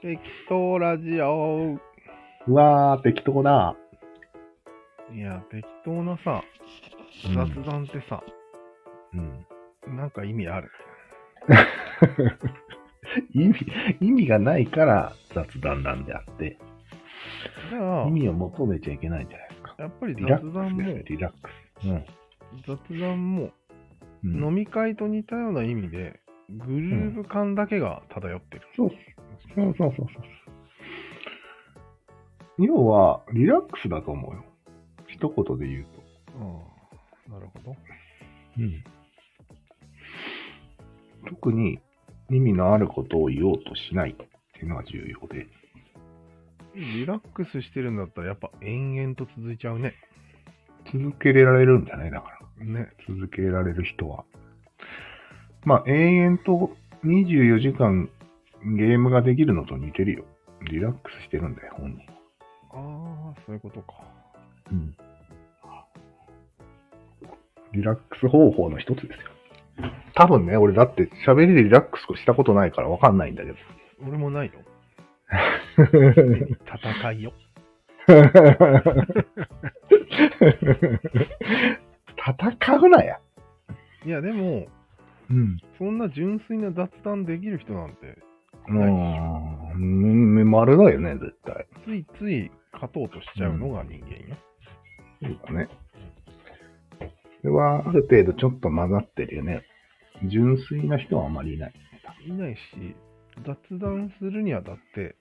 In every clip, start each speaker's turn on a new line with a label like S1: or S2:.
S1: 適当ラジオ。
S2: うわー、適当だ。
S1: いや、適当なさ、
S2: うん
S1: 雑談ってさ、
S2: うん。
S1: なんか意味ある。
S2: 意味、意味がないから雑談なんであって、
S1: じゃあ
S2: 意、味を求めちゃいけないんじゃないですか。
S1: やっぱり
S2: リ
S1: 雑
S2: ラック
S1: 談
S2: ス
S1: も
S2: です、ね、リラックス。うん。
S1: 雑談も、
S2: うん
S1: 飲み会と似たような意味で、グルーヴ感だけが漂ってる。
S2: そうそうそうそうそう。要は、リラックスだと思うよ。一言で言うと。
S1: ああ、なるほど。
S2: うん。特に意味のあることを言おうとしないっていうのが重要で。
S1: リラックスしてるんだったら、やっぱ延々と続いちゃうね。
S2: 続けられるんじゃないだから。
S1: ね。
S2: 続けられる人は。まあ、永遠と24時間ゲームができるのと似てるよ。リラックスしてるんだよ、本人。
S1: ああ、そういうことか。
S2: うん。リラックス方法の一つですよ。多分ね、俺だって喋りでリラックスしたことないからわかんないんだけど。
S1: 俺もないよ。戦いよ。
S2: 戦うなや。
S1: いや、でも、
S2: うん。
S1: そんな純粋な雑談できる人なんて、
S2: うん。丸だよね、絶対。
S1: ついつい勝とうとしちゃうのが人間よ。
S2: そうだね。それは、ある程度ちょっと混ざってるよね。純粋な人はあまりいない。
S1: いないし、雑談するにあたって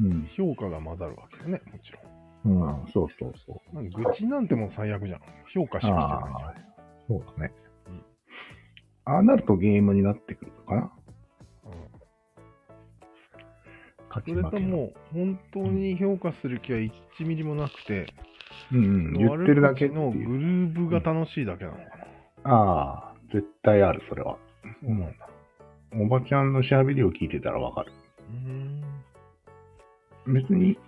S2: うん。
S1: 評価が混ざるわけだよね、もちろ
S2: うん、そうそうそ
S1: ん。なんか愚痴なんてもう最悪じゃん。評価しか
S2: う。
S1: して
S2: あ
S1: ないじ
S2: あ、そうだね
S1: うん。
S2: ああなるとゲームになってくるのかな
S1: ゃん。うんそ
S2: 勝ち
S1: れ
S2: 負
S1: と
S2: けの。
S1: も、本当に評価する気は1ミリもなくて、
S2: うん、うん、言ってるだけって
S1: 悪口のグ
S2: いう。
S1: ルーヴが楽しいだけなのかな。
S2: ああ、絶対ある、それは。
S1: そうなんだ。
S2: おばちゃんの喋りを聞いてたらわかる。
S1: うーん。
S2: 別に、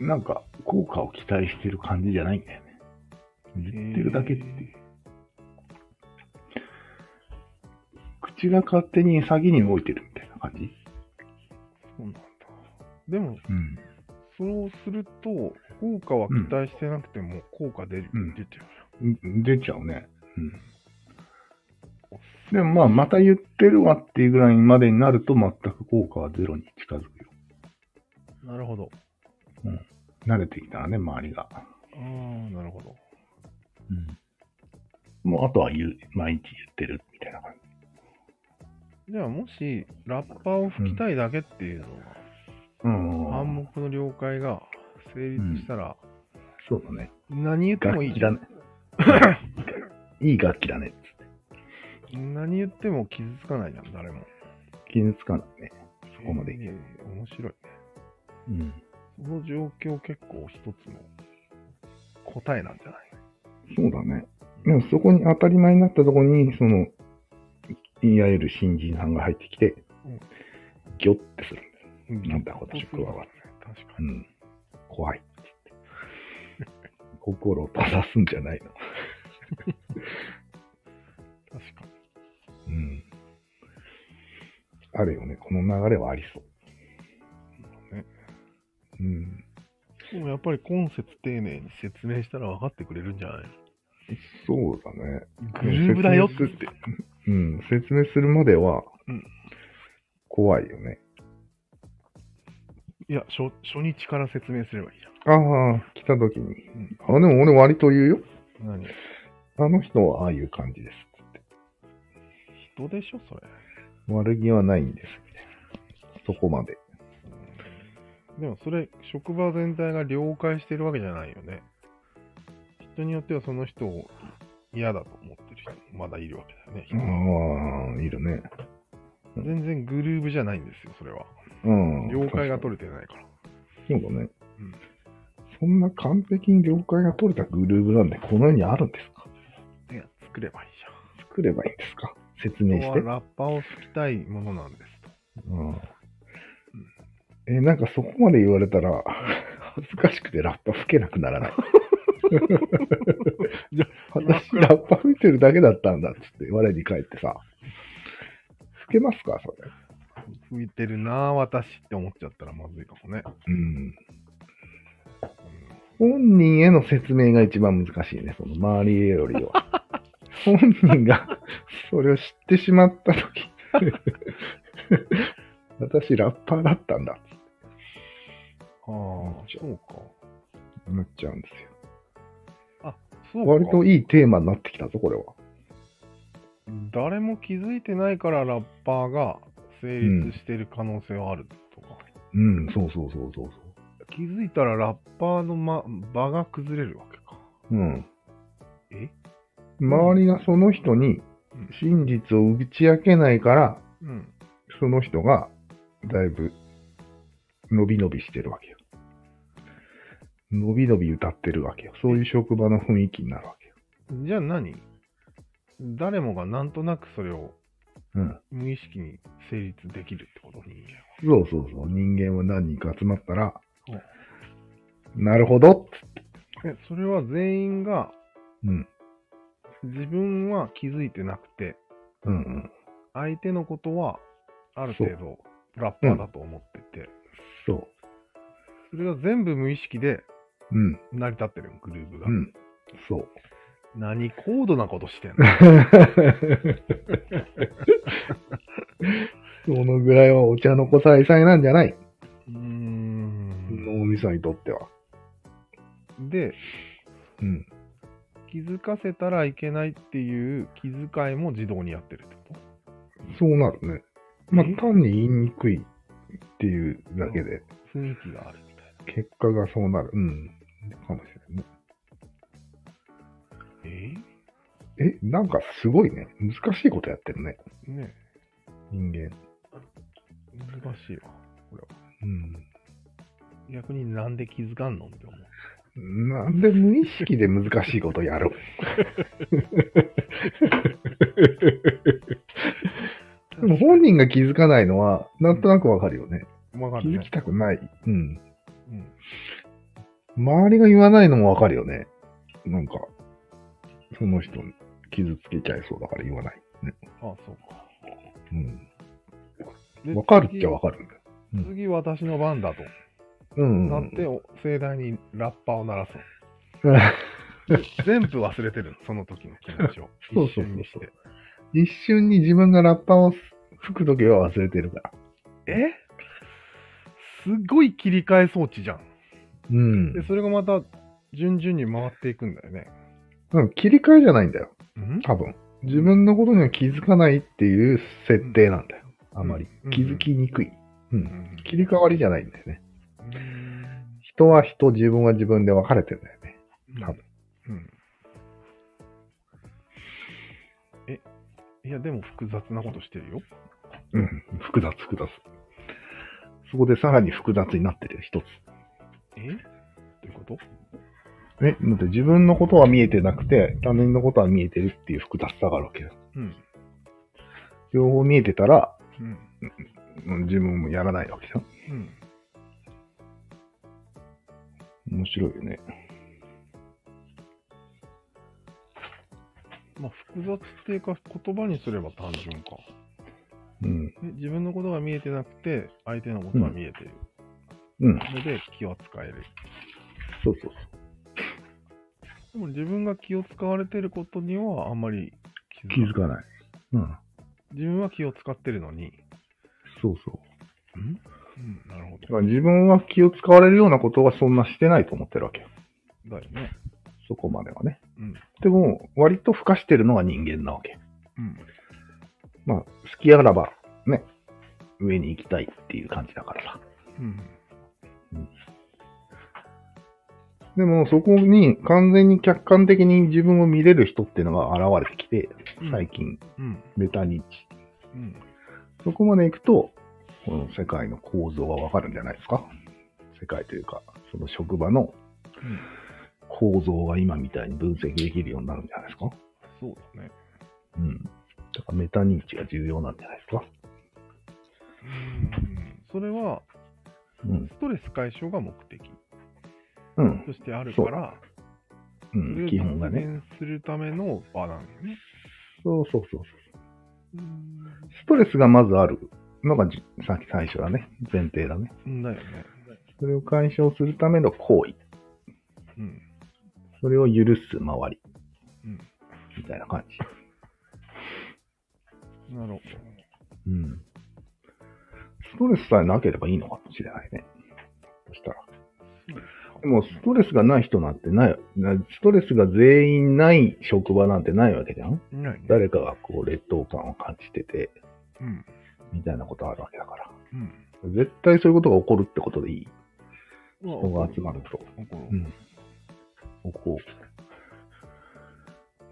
S2: なんか、効果を期待してる感じじゃないんだよね。言ってるだけっていう。口が勝手に先に動いてるみたいな感じ
S1: そうなんだ。でも、
S2: うん。
S1: そうすると、効果は期待してなくても、効果出る、
S2: うん
S1: 出てる。
S2: ん出ちゃうね。うん。でもまあ、また言ってるわっていうぐらいまでになると全く効果はゼロに近づくよ。
S1: なるほど。
S2: 慣れてきたらね、周りが。
S1: ああ、なるほど。
S2: うん。もう、あとは言う、毎日言ってるみたいな感じ。
S1: じゃあもし、ラッパを吹きたいだけっていうの
S2: うん
S1: が、暗黙の了解が成立したら、
S2: そうだね。
S1: 何言っても
S2: 楽
S1: いい
S2: 器
S1: じゃ
S2: だ
S1: ん。
S2: ね。 いい楽器だね。
S1: 何言っても傷つかないじゃん、誰も。
S2: 傷つかないね。そこまでい
S1: い
S2: け
S1: やいや面白いね。
S2: うん。
S1: その状況結構一つの答えなんじゃない
S2: そうだね。でもそこに当たり前になったところに、その、いわゆる新人さんが入ってきて
S1: うん、
S2: ギョってするんだよ。
S1: うん
S2: なんだこの職場は
S1: 確か
S2: う
S1: に。
S2: ん。怖い。心を閉ざすんじゃないの。
S1: 確かに。
S2: うん。あるよね。この流れはありそう。
S1: ね
S2: うん。
S1: でもやっぱり今節丁寧に説明したら分かってくれるんじゃない
S2: そうだね。
S1: グルーブだよっつって。
S2: うん、説明するまでは
S1: うん、
S2: 怖いよね。
S1: いや初、初日から説明すればいいじ
S2: ああ、来た時に。あ、でも俺割と言うよ。
S1: ゃん。何
S2: あの人はああいう感じです。
S1: 人でしょ、それ。
S2: 悪気はないんです。みたいなそこまで。
S1: でもそれ、職場全体が了解してるわけじゃないよね。人によってはその人を嫌だと思ってる人もまだいるわけだよね。
S2: ああ、いるね。
S1: 全然グルーブじゃないんですよ、それは。
S2: うん。
S1: 了解が
S2: れ
S1: 取れてないから。
S2: そうだね
S1: うん。
S2: そんな完璧に了解が取れたグルーブなんで、この世にあるんですか
S1: いや、作ればいい
S2: 作ればいいんですか
S1: じ
S2: 説
S1: ゃ
S2: 明
S1: ん。
S2: し
S1: 人
S2: て
S1: は。ラッパを吹きたいものなんですと。。
S2: うんえ、なんかそこまで言われたら、 恥ずかしくてラッパ吹けなくならない
S1: いや
S2: 私ラッパ吹いてるだけだったんだっつって我に返ってさ、吹けますかそれ。
S1: 吹いてるなぁ、私って思っちゃったらまずいかもね。
S2: うん。本人への説明が一番難しいね、その周りへよりは。本人がそれを知ってしまったとき、 私ラッパーだったんだっ
S1: うん、ああ、
S2: じゃあ
S1: そうか。
S2: てなっちゃうんですよ。
S1: そうか。
S2: 割といいテーマになってきたぞ、これは。
S1: 誰も気づいてないからラッパーが成立してる可能性はあるとか、
S2: うん、そうそうそうそうそ
S1: 気づいたらラッパーの、ま、場が崩れるわけか。
S2: う。うん。
S1: え
S2: 周りがその人に真実を打ち明けないから、
S1: うん。
S2: その人がだいぶ伸び伸びしてるわけよ。伸び伸び歌ってるわけよ。そういう職場の雰囲気になるわけよ。
S1: じゃあ何誰もがなんとなくそれを
S2: うん。
S1: 無意識に成立できるってこと人間は。
S2: そうそうそう。人間は何人か集まったら
S1: うん、
S2: なるほどっつ
S1: え、それは全員が
S2: うん。
S1: 自分は気づいてなくて、
S2: うんうん。
S1: 相手のことはある程度ラッパーだと思ってて、
S2: そ
S1: それが全部無意識で
S2: う。うん。
S1: 成り立ってるグルーブが。
S2: うん。 そう。
S1: 何高度なことしてん の
S2: そのぐらいはお茶の子さいさいなんじゃない。
S1: うーん。
S2: 脳みそにとっては。
S1: で、
S2: うん。
S1: 気づかせたらいけないっていう気遣いも自動にやってるってこ
S2: そうなるね。まあ
S1: え、
S2: 単に言いにくいっていうだけで、
S1: と雰囲気があるみたいな。
S2: 結果がそうなる。うん。かもしれないね。
S1: え
S2: え、なんかすごいね。難しいことやってるね。
S1: ーね
S2: 人間。
S1: え難しいわ。これは。
S2: うん。
S1: 逆になんで気づかんのって思う。
S2: なんで無意識で難しいことやるでも本人が気づかないのは、なんとなくわかるよね。
S1: わか
S2: 気
S1: る
S2: づ
S1: ね
S2: き。たくない。うん。
S1: うん
S2: 周りが言わないのもわかるよね。なんか、その人傷つけちゃいそうだから言わない。
S1: あ、そうか。
S2: うん。わかるっちゃわ
S1: か
S2: かるんだよ。
S1: る。次私の番だと。
S2: うん。
S1: なって、お盛大にラッパーを鳴らそう。全部忘れてるの、その時の気持ちを。
S2: そう
S1: 一
S2: そうそうそう
S1: 瞬にして。
S2: 一瞬に自分がラッパーを吹くときは忘れてるから。
S1: えすごい切り替え装置じゃん。
S2: うん。
S1: で、それがまた順々に回っていくんだよね。
S2: うん切り替えじゃないんだよ。
S1: うん
S2: 多分。自分のことには気づかないっていう設定なんだよ。あまり
S1: うん。
S2: 気づきにくい。
S1: う
S2: う。
S1: んん
S2: 切り替わりじゃないんだよね。
S1: うん
S2: 人は人、自分は自分で分かれてるんだよね。多分
S1: うん。え、いや、でも複雑なことしてるよ。
S2: うん。複雑、複雑。そこでさらに複雑になってるよ、一つ。
S1: えどういうこと
S2: え、だって自分のことは見えてなくて、他人のことは見えてるっていう複雑さがあるわけよ。
S1: うん。
S2: 両方見えてたら、
S1: うん。
S2: うん自分もやらないわけよ。
S1: うん。
S2: 面白いよね。
S1: まあ、複雑っていうか、言葉にすれば単純か。
S2: うん。
S1: で自分のことが見えてなくて、相手のことが見えてる
S2: うん。
S1: ので、気は使える。
S2: そうそう
S1: でも自分が気を使われてることにはあんまり気づ
S2: 気づかない。うん。
S1: 自分は気を使ってるのに。
S2: そうそう。
S1: うん、なるほ
S2: だ
S1: ど
S2: か。ら自分は気を使われるようなことはそんなしてないと思ってるわけよ。
S1: だよね。
S2: そこまではね。
S1: うん。
S2: でも、割と付加してるのが人間なわけ。
S1: うん。
S2: まあ、好きあらば、ね、上に行きたいっていう感じだからさ。
S1: うん。
S2: でも、そこに完全に客観的に自分を見れる人っていうのが現れてきて、最近、
S1: うん。
S2: メタ認知。
S1: うん。
S2: そこまで行くと、この世界の構造がわかるんじゃないですか世界というか、その職場の
S1: うん
S2: 構造が今みたいに分析できるようになるんじゃないですか
S1: そうだね。
S2: うん。だからメタ認知が重要なんじゃないですか
S1: うん。それは、
S2: うん。
S1: ストレス解消が目的
S2: うん。
S1: としてあるから、
S2: う
S1: そ
S2: ん。
S1: れを
S2: 基本がね。
S1: 実現するための場なんだよね。
S2: そうそうそうそう。
S1: うん。
S2: ストレスがまずある。のがじさっき最初だね。前提だね。
S1: うんだよね。
S2: それを解消するための行為。
S1: うん。
S2: それを許す周り。
S1: うん。
S2: みたいな感じ。
S1: なるほど。
S2: うん。ストレスさえなければいいのかもしれないね。そしたら。でも、ストレスがない人なんてない、なストレスが全員ない職場なんてないわけじゃん
S1: ないね。
S2: 誰かがこう劣等感を感じてて、
S1: うん。
S2: みたいなことあるわけだから。
S1: うん。
S2: 絶対そういうことが起こるってことでいい。
S1: うわ
S2: 人が集まると。
S1: 怒る。
S2: うん。ここ、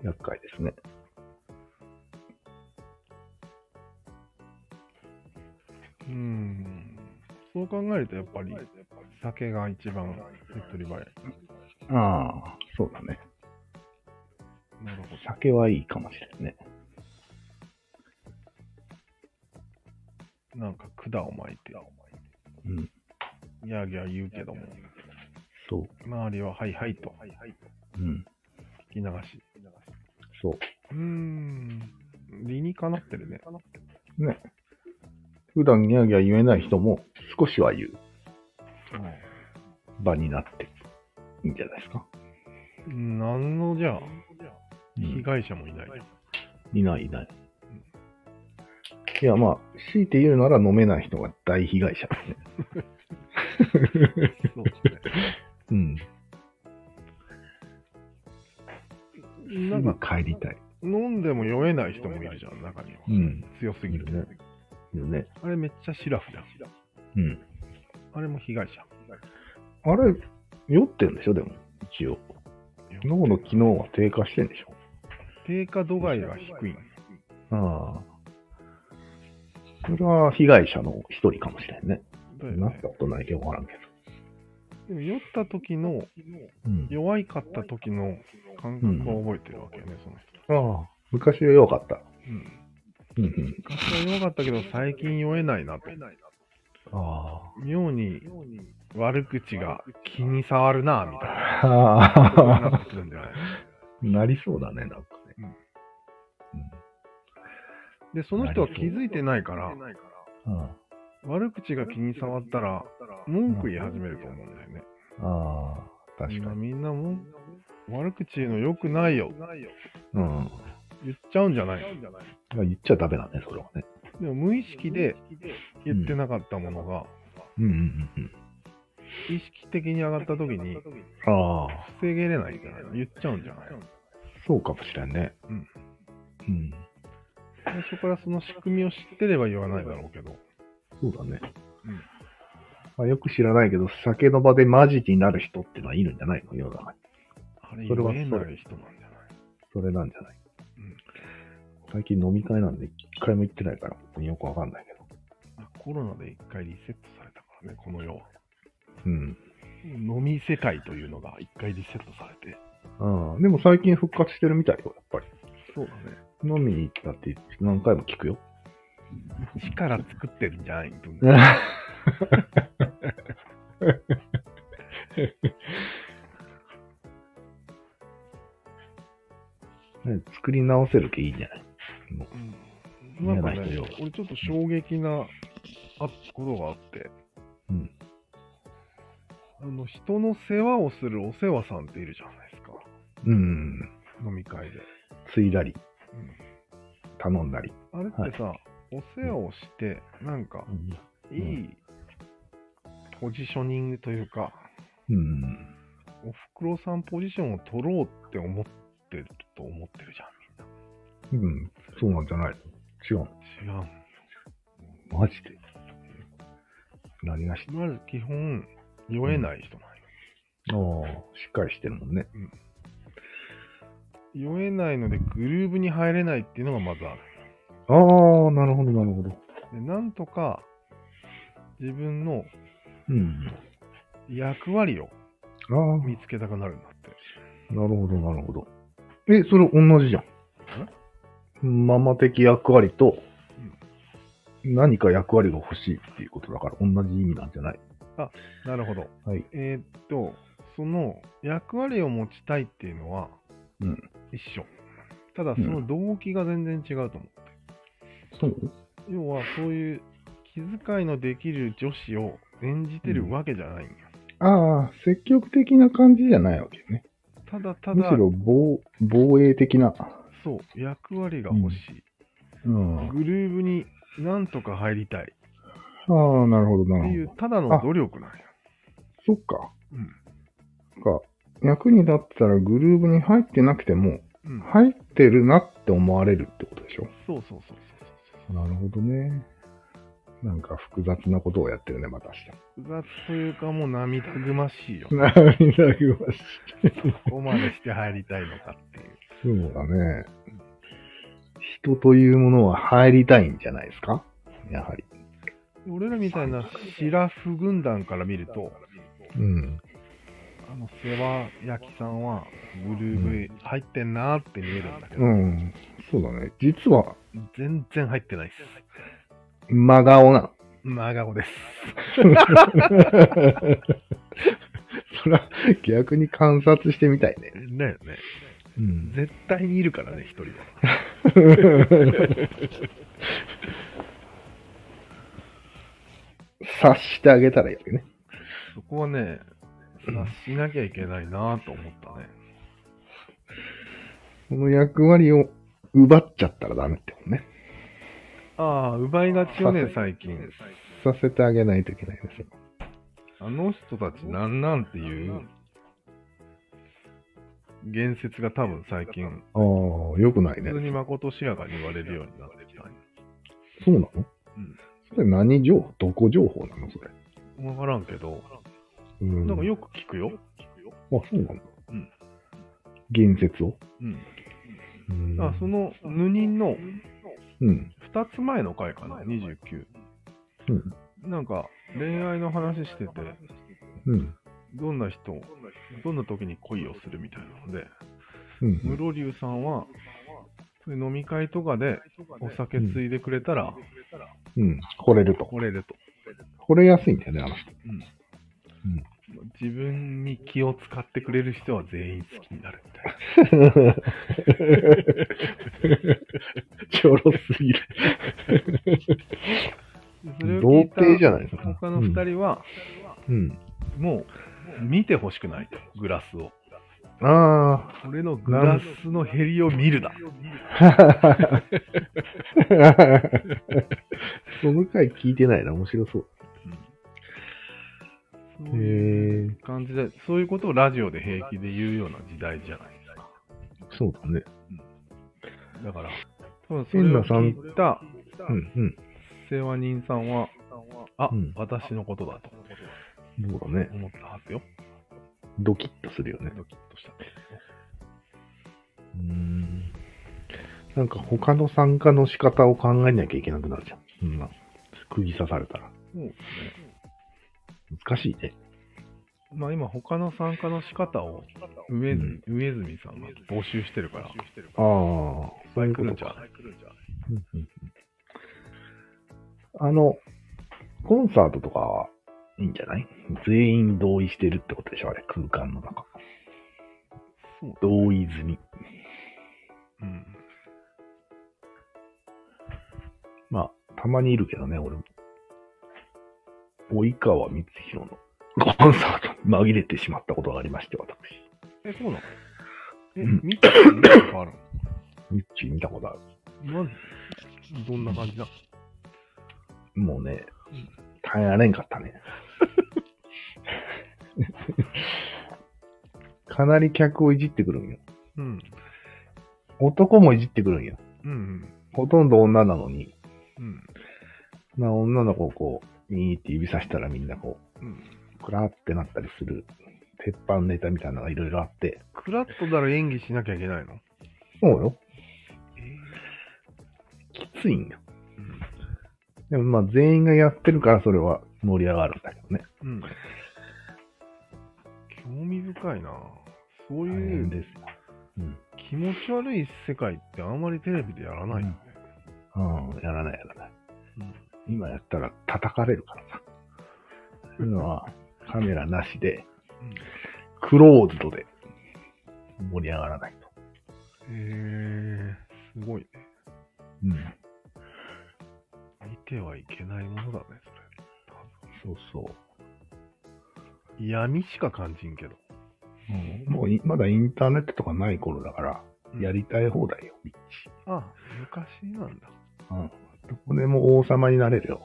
S2: 厄介ですね。
S1: うん。そう考えると、やっぱり、酒が一番手っ取り早い。
S2: ああ、そうだね。
S1: なるほど。
S2: 酒はいいかもしれないね。
S1: なんか管を巻いて、
S2: うん。
S1: ギャーギャー言うけども、
S2: そう。
S1: 周りははいはいと、
S2: うん。
S1: 聞き流し。
S2: そう。
S1: うーん。理にかなってるね。
S2: ね。普段ギャーギャー言えない人も少しは言う場になっていいんじゃないですか。
S1: うん。なんのじゃあ、
S2: うん
S1: 被害者もいない。
S2: いないいない。いや、まあ、強いて言うなら飲めない人が大被害者ですね。
S1: そうです
S2: うん。
S1: ね。なん
S2: 今
S1: か、
S2: 帰りたい。
S1: 飲んでも酔えない人もいるじゃん、中には。
S2: うん。
S1: 強すぎる。
S2: ね。よね。
S1: あれめっちゃシラフじゃん。
S2: うん。
S1: あれも被害者。
S2: あれ、酔ってんでしょ、でも、一応。脳の機能は低下してんでしょ。
S1: 低下度外が低い。
S2: ああ。それは被害者の一人かもしれんね。
S1: だよ
S2: なっ
S1: ね
S2: た。ことないけどわからんけど。
S1: でも酔った時の、
S2: うん。
S1: 弱いかった時の感覚を覚えてるわけよね、その人。
S2: ああ、昔は良かった。
S1: うん。
S2: うんうん。
S1: 昔は弱かったけど、最近酔えないなと。
S2: あ
S1: 妙に悪口が気に障るな、みたいな
S2: あ。
S1: ことにな
S2: あ
S1: っ
S2: あ
S1: て。くるんじゃない
S2: なりそうだね、なんかね。
S1: うん
S2: うん
S1: で、その人は気づいてないから、
S2: あ
S1: 悪口が気に障ったら、文句言い始めると思うんだよね。
S2: あ、確
S1: 今
S2: かに。
S1: みんなもん悪口言うの良くないよ。
S2: うん。
S1: 言っちゃうんじゃない
S2: 言っちゃダメだね、それはね。
S1: でも無意識で言ってなかったものが、
S2: うんうんうん
S1: 意識的に上がった時に、
S2: うん。ああ、
S1: 防げれないんじゃないの言っちゃうんじゃないの
S2: そうかもしれんね。
S1: うん。
S2: うん。
S1: 最初からその仕組みを知ってれば言わないだろうけど。
S2: そうだね。
S1: うん
S2: まあ、よく知らないけど、酒の場でマジになる人ってのはいるんじゃないの世の中に。
S1: あれ、
S2: そ
S1: 言
S2: れは
S1: えない人なんじゃない
S2: それなんじゃない、
S1: うん
S2: 最近飲み会なんで一回も行ってないから、よくわかんないけど。
S1: あコロナで一回リセットされたからね、この世は。
S2: うん。
S1: 飲み世界というのが一回リセットされて。
S2: ああ、でも最近復活してるみたいよ、やっぱり。
S1: そうだ
S2: 飲みに行ったって何回も 聞くよ。
S1: ね。一から作ってるんじゃない文化
S2: あね作り直せるけいいんじゃない
S1: うんなんか
S2: 嫌な人
S1: ね
S2: よ、
S1: 俺ちょっと衝撃なあことがあって、
S2: うん。
S1: あの、人の世話をするお世話さんっているじゃないですか。
S2: うん。
S1: 飲み会で。
S2: 継いだり
S1: うん、
S2: 頼んだり。
S1: あれってさ、お世話をして、なんか、いいポジショニングというか、
S2: うん。
S1: おふくろさんポジションを取ろうって思ってると思ってるじ
S2: うん。そうなんじゃない違う。
S1: ゃん。違う。
S2: マジで。何がし、
S1: まず基本、酔えない人な
S2: ああ、しっかりしてるもんね。
S1: んよ。酔えないのでグルーブに入れないっていうのがまずある。
S2: ああ、なるほど、なるほど。
S1: でなんとか、自分の
S2: うん。
S1: 役割を
S2: ああ、
S1: 見つけたくなるんだって。
S2: なるほど、なるほど。え、それ同じじゃん。ママ的役割と、何か役割が欲しいっていうことだから、同じ意味なんじゃない
S1: なるほど。
S2: はい。
S1: えーっと、その役割を持ちたいっていうのは、
S2: うん
S1: 一緒。ただ、その動機が全然違うと思う。
S2: そう
S1: 要はそういう気遣いのできる女子を演じてるわけじゃないんよ。
S2: ああ、積極的な感じじゃないわけね。
S1: ただた
S2: む
S1: だ
S2: し、ろ防防衛的な。
S1: そう、役割が欲しい。
S2: うん。あ
S1: グルーブになんとか入りたいっ
S2: あ、なるほど、
S1: て
S2: な
S1: いう
S2: るほど。
S1: ただの努力なんや。
S2: そっか。
S1: うん。
S2: か役に立ったらグルーブに入ってなくても、
S1: うん。
S2: 入ってるなって思われるってことでしょ
S1: そうそうそうそう。
S2: なるほどね。なんか複雑なことをやってるね、また
S1: 複雑というかもう涙ぐましいよ
S2: 明日。。 涙ぐましい。
S1: ここまでして入りたいのかっていう。
S2: そうだね。人というものは入りたいんじゃないですかやはり。
S1: 俺らみたいなシラフ軍団から見ると、
S2: うん。
S1: あの世話焼きさんはグルーブ入ってんなーって見えるんだけど、
S2: うん。そうだね。実は、
S1: 全然入ってないっす。
S2: 真顔なの。
S1: 真顔です。
S2: それは逆に観察してみたいね。
S1: だよね。
S2: うん。
S1: 絶対にいるからね、一人は。
S2: 察してあげたらいいわけね。
S1: そこはね、察しなきゃいけないなーと思ったね。
S2: この役割を奪っちゃったらダメってことね。
S1: ああ、奪いがちよね、最近。
S2: させてあげないといけないですよ。
S1: あの人たちなんなんっていう言説が多分最近、
S2: ああ、よくないね
S1: 普通。に誠しやかに言われるようになってきたんよ
S2: そうなの
S1: うん
S2: それ何情報どこ情報なのそれ。
S1: わからんけど、
S2: うん
S1: なんかよく聞くよ。
S2: あ、そうなんだ。
S1: うん。
S2: 言説を。
S1: うん。
S2: うん
S1: あそのヌニンの
S2: うん。
S1: 2つ前の回かな、29。
S2: うん。
S1: なんか恋愛の話してて、
S2: うん。
S1: どんな人、どんな時に恋をするみたいなので、
S2: うん。
S1: 室龍さんは、そういう飲み会とかでお酒ついでくれたら、
S2: うん。惚れると。
S1: 惚れると。
S2: 惚れやすいんだよね、あの 人。
S1: 自分に気を使ってくれる人は全員好きになるみたいな。
S2: ちょろすぎる。
S1: それを聞いた
S2: 童貞じゃないですか
S1: 他の2人は、
S2: うん。
S1: もう見てほしくないと、グラスを。
S2: ああ。
S1: 俺のグラスの減りを見るだ。
S2: その回聞いてないな、面白そう。
S1: そういう感じで、そういうことをラジオで平気で言うような時代じゃないですか。
S2: そうだね。
S1: だから、多分それを聞いた
S2: うん
S1: 世話人さんは、あ、
S2: うん
S1: 私のことだと
S2: うん。そうだね。
S1: 思ったはずよ。
S2: ドキッとするよね。
S1: ドキッとした。
S2: うん。なんか他の参加の仕方を考えなきゃいけなくなるじゃん。そんな。釘刺されたら。
S1: そうですね。
S2: 難しいね。
S1: まあ今、他の参加の仕方を上泉,、上泉さんが募集してるから、
S2: ああ、そういうこ
S1: 来る
S2: と
S1: んじゃ
S2: か。
S1: ない
S2: うんうんうんあの、コンサートとかはいいんじゃない全員同意してるってことでしょあれ、空間の中。
S1: そう
S2: 同意済み。
S1: うん。
S2: まあ、たまにいるけどね、俺も。及川光弘のコンサートに紛れてしまったことがありまして、私。
S1: え、そうなのえ、
S2: うん
S1: 見た見たことある
S2: ミッチー見たことある。
S1: のなんどんな感じだ
S2: もうね、耐えられんかったね。 かなり客をいじってくるんよ。
S1: うん。
S2: 男もいじってくるんよ。
S1: うん。
S2: ほとんど女なのに、
S1: うん。
S2: まあ女の子をこう、にーって指さしたらみんなこ
S1: うん。
S2: う、くらーってなったりする、鉄板ネタみたいなのがいろいろあって。
S1: クラッとなら演技しなきゃいけないの
S2: そうよ。
S1: え
S2: きついんよ。
S1: ー
S2: でもまあ全員がやってるからそれは盛り上がるんだけどね。
S1: うん。うん。興味深いなそう
S2: 大
S1: い
S2: 変
S1: う
S2: ですよ。うん。
S1: 気持ち悪い世界ってあんまりテレビでやらないよね。
S2: うん、やらないやらない。今やったら叩かれるからさ。そういうのはカメラなしで、クローズドで盛り上がらないと。
S1: うん。へえー、すごいね。
S2: うん。
S1: 見てはいけないものだね、
S2: そうそう。
S1: それ。闇しか感じんけど。
S2: うんもういまだインターネットとかない頃だから、やりたい放題よ。
S1: あ、昔なんだ。
S2: うん。どこでも王様になれるよ。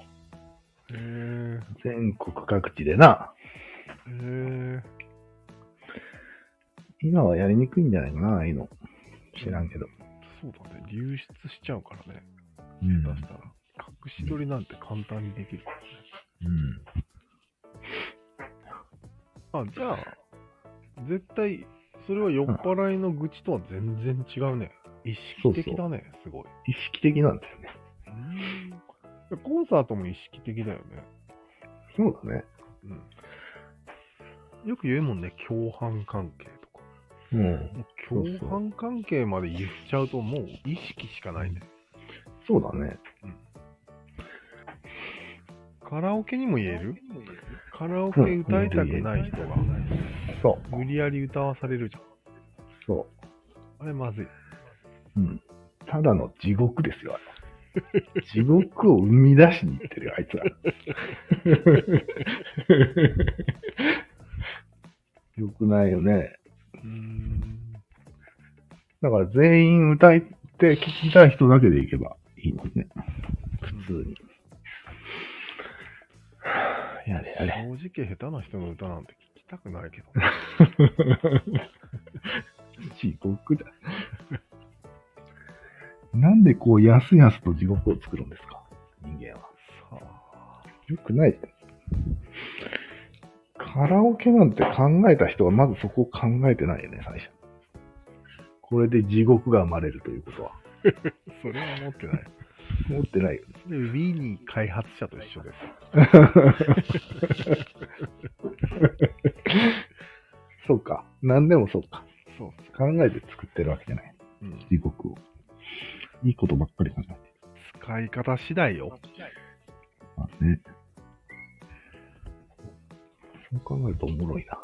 S1: へえ。
S2: 全国各地でな。
S1: へえ。
S2: 今はやりにくいんじゃないかな、ああいうの。知らんけど。
S1: そうだね。流出しちゃうからね。
S2: う
S1: 出
S2: ん
S1: したら。隠し撮りなんて簡単にできるからね。
S2: うん。
S1: あ、じゃあ、絶対、それは酔っ払いの愚痴とは全然違うね。意識的だね、すごい。
S2: 意識的なんだよね。
S1: でコンサートも意識的だよね。
S2: そうだね。
S1: うん、よく言うもんね、共犯関係とか。
S2: うん。
S1: もう
S2: そうそう
S1: 共犯関係まで言っちゃうと、もう意識しかないね。
S2: そうだね。
S1: カラオケにも言えるカラオケ歌いたくない人が、
S2: そう。
S1: 無理やり歌わされるじ
S2: そ
S1: ゃん。あれまずい。
S2: う。うん。ただの地獄ですよ、あれ地獄を生み出しに行ってるよ、あいつ ら。よくないよね。
S1: うん。
S2: だから全員歌いって聞きたい人だけで行けばいいのにね。普通に。やれやれ。
S1: 正直下手な人の歌なんて聞きたく ないけど。
S2: 地獄だ。なんでこう、やすやすと地獄を作るんですか人間は。
S1: さあ、
S2: よくないです。カラオケなんて考えた人はまずそこを考えてないよね、最初。これで地獄が生まれるということは。
S1: それは思ってない。
S2: 持ってないよね。
S1: で、ウィニー開発者と一緒です。
S2: そうか。何でもそうか。
S1: そう
S2: 考えて作ってるわけじゃない。
S1: うん、
S2: 地獄を。いいことばっかり考えてる
S1: 使い方次第よ。
S2: まあね。そう考えるとおもろいな。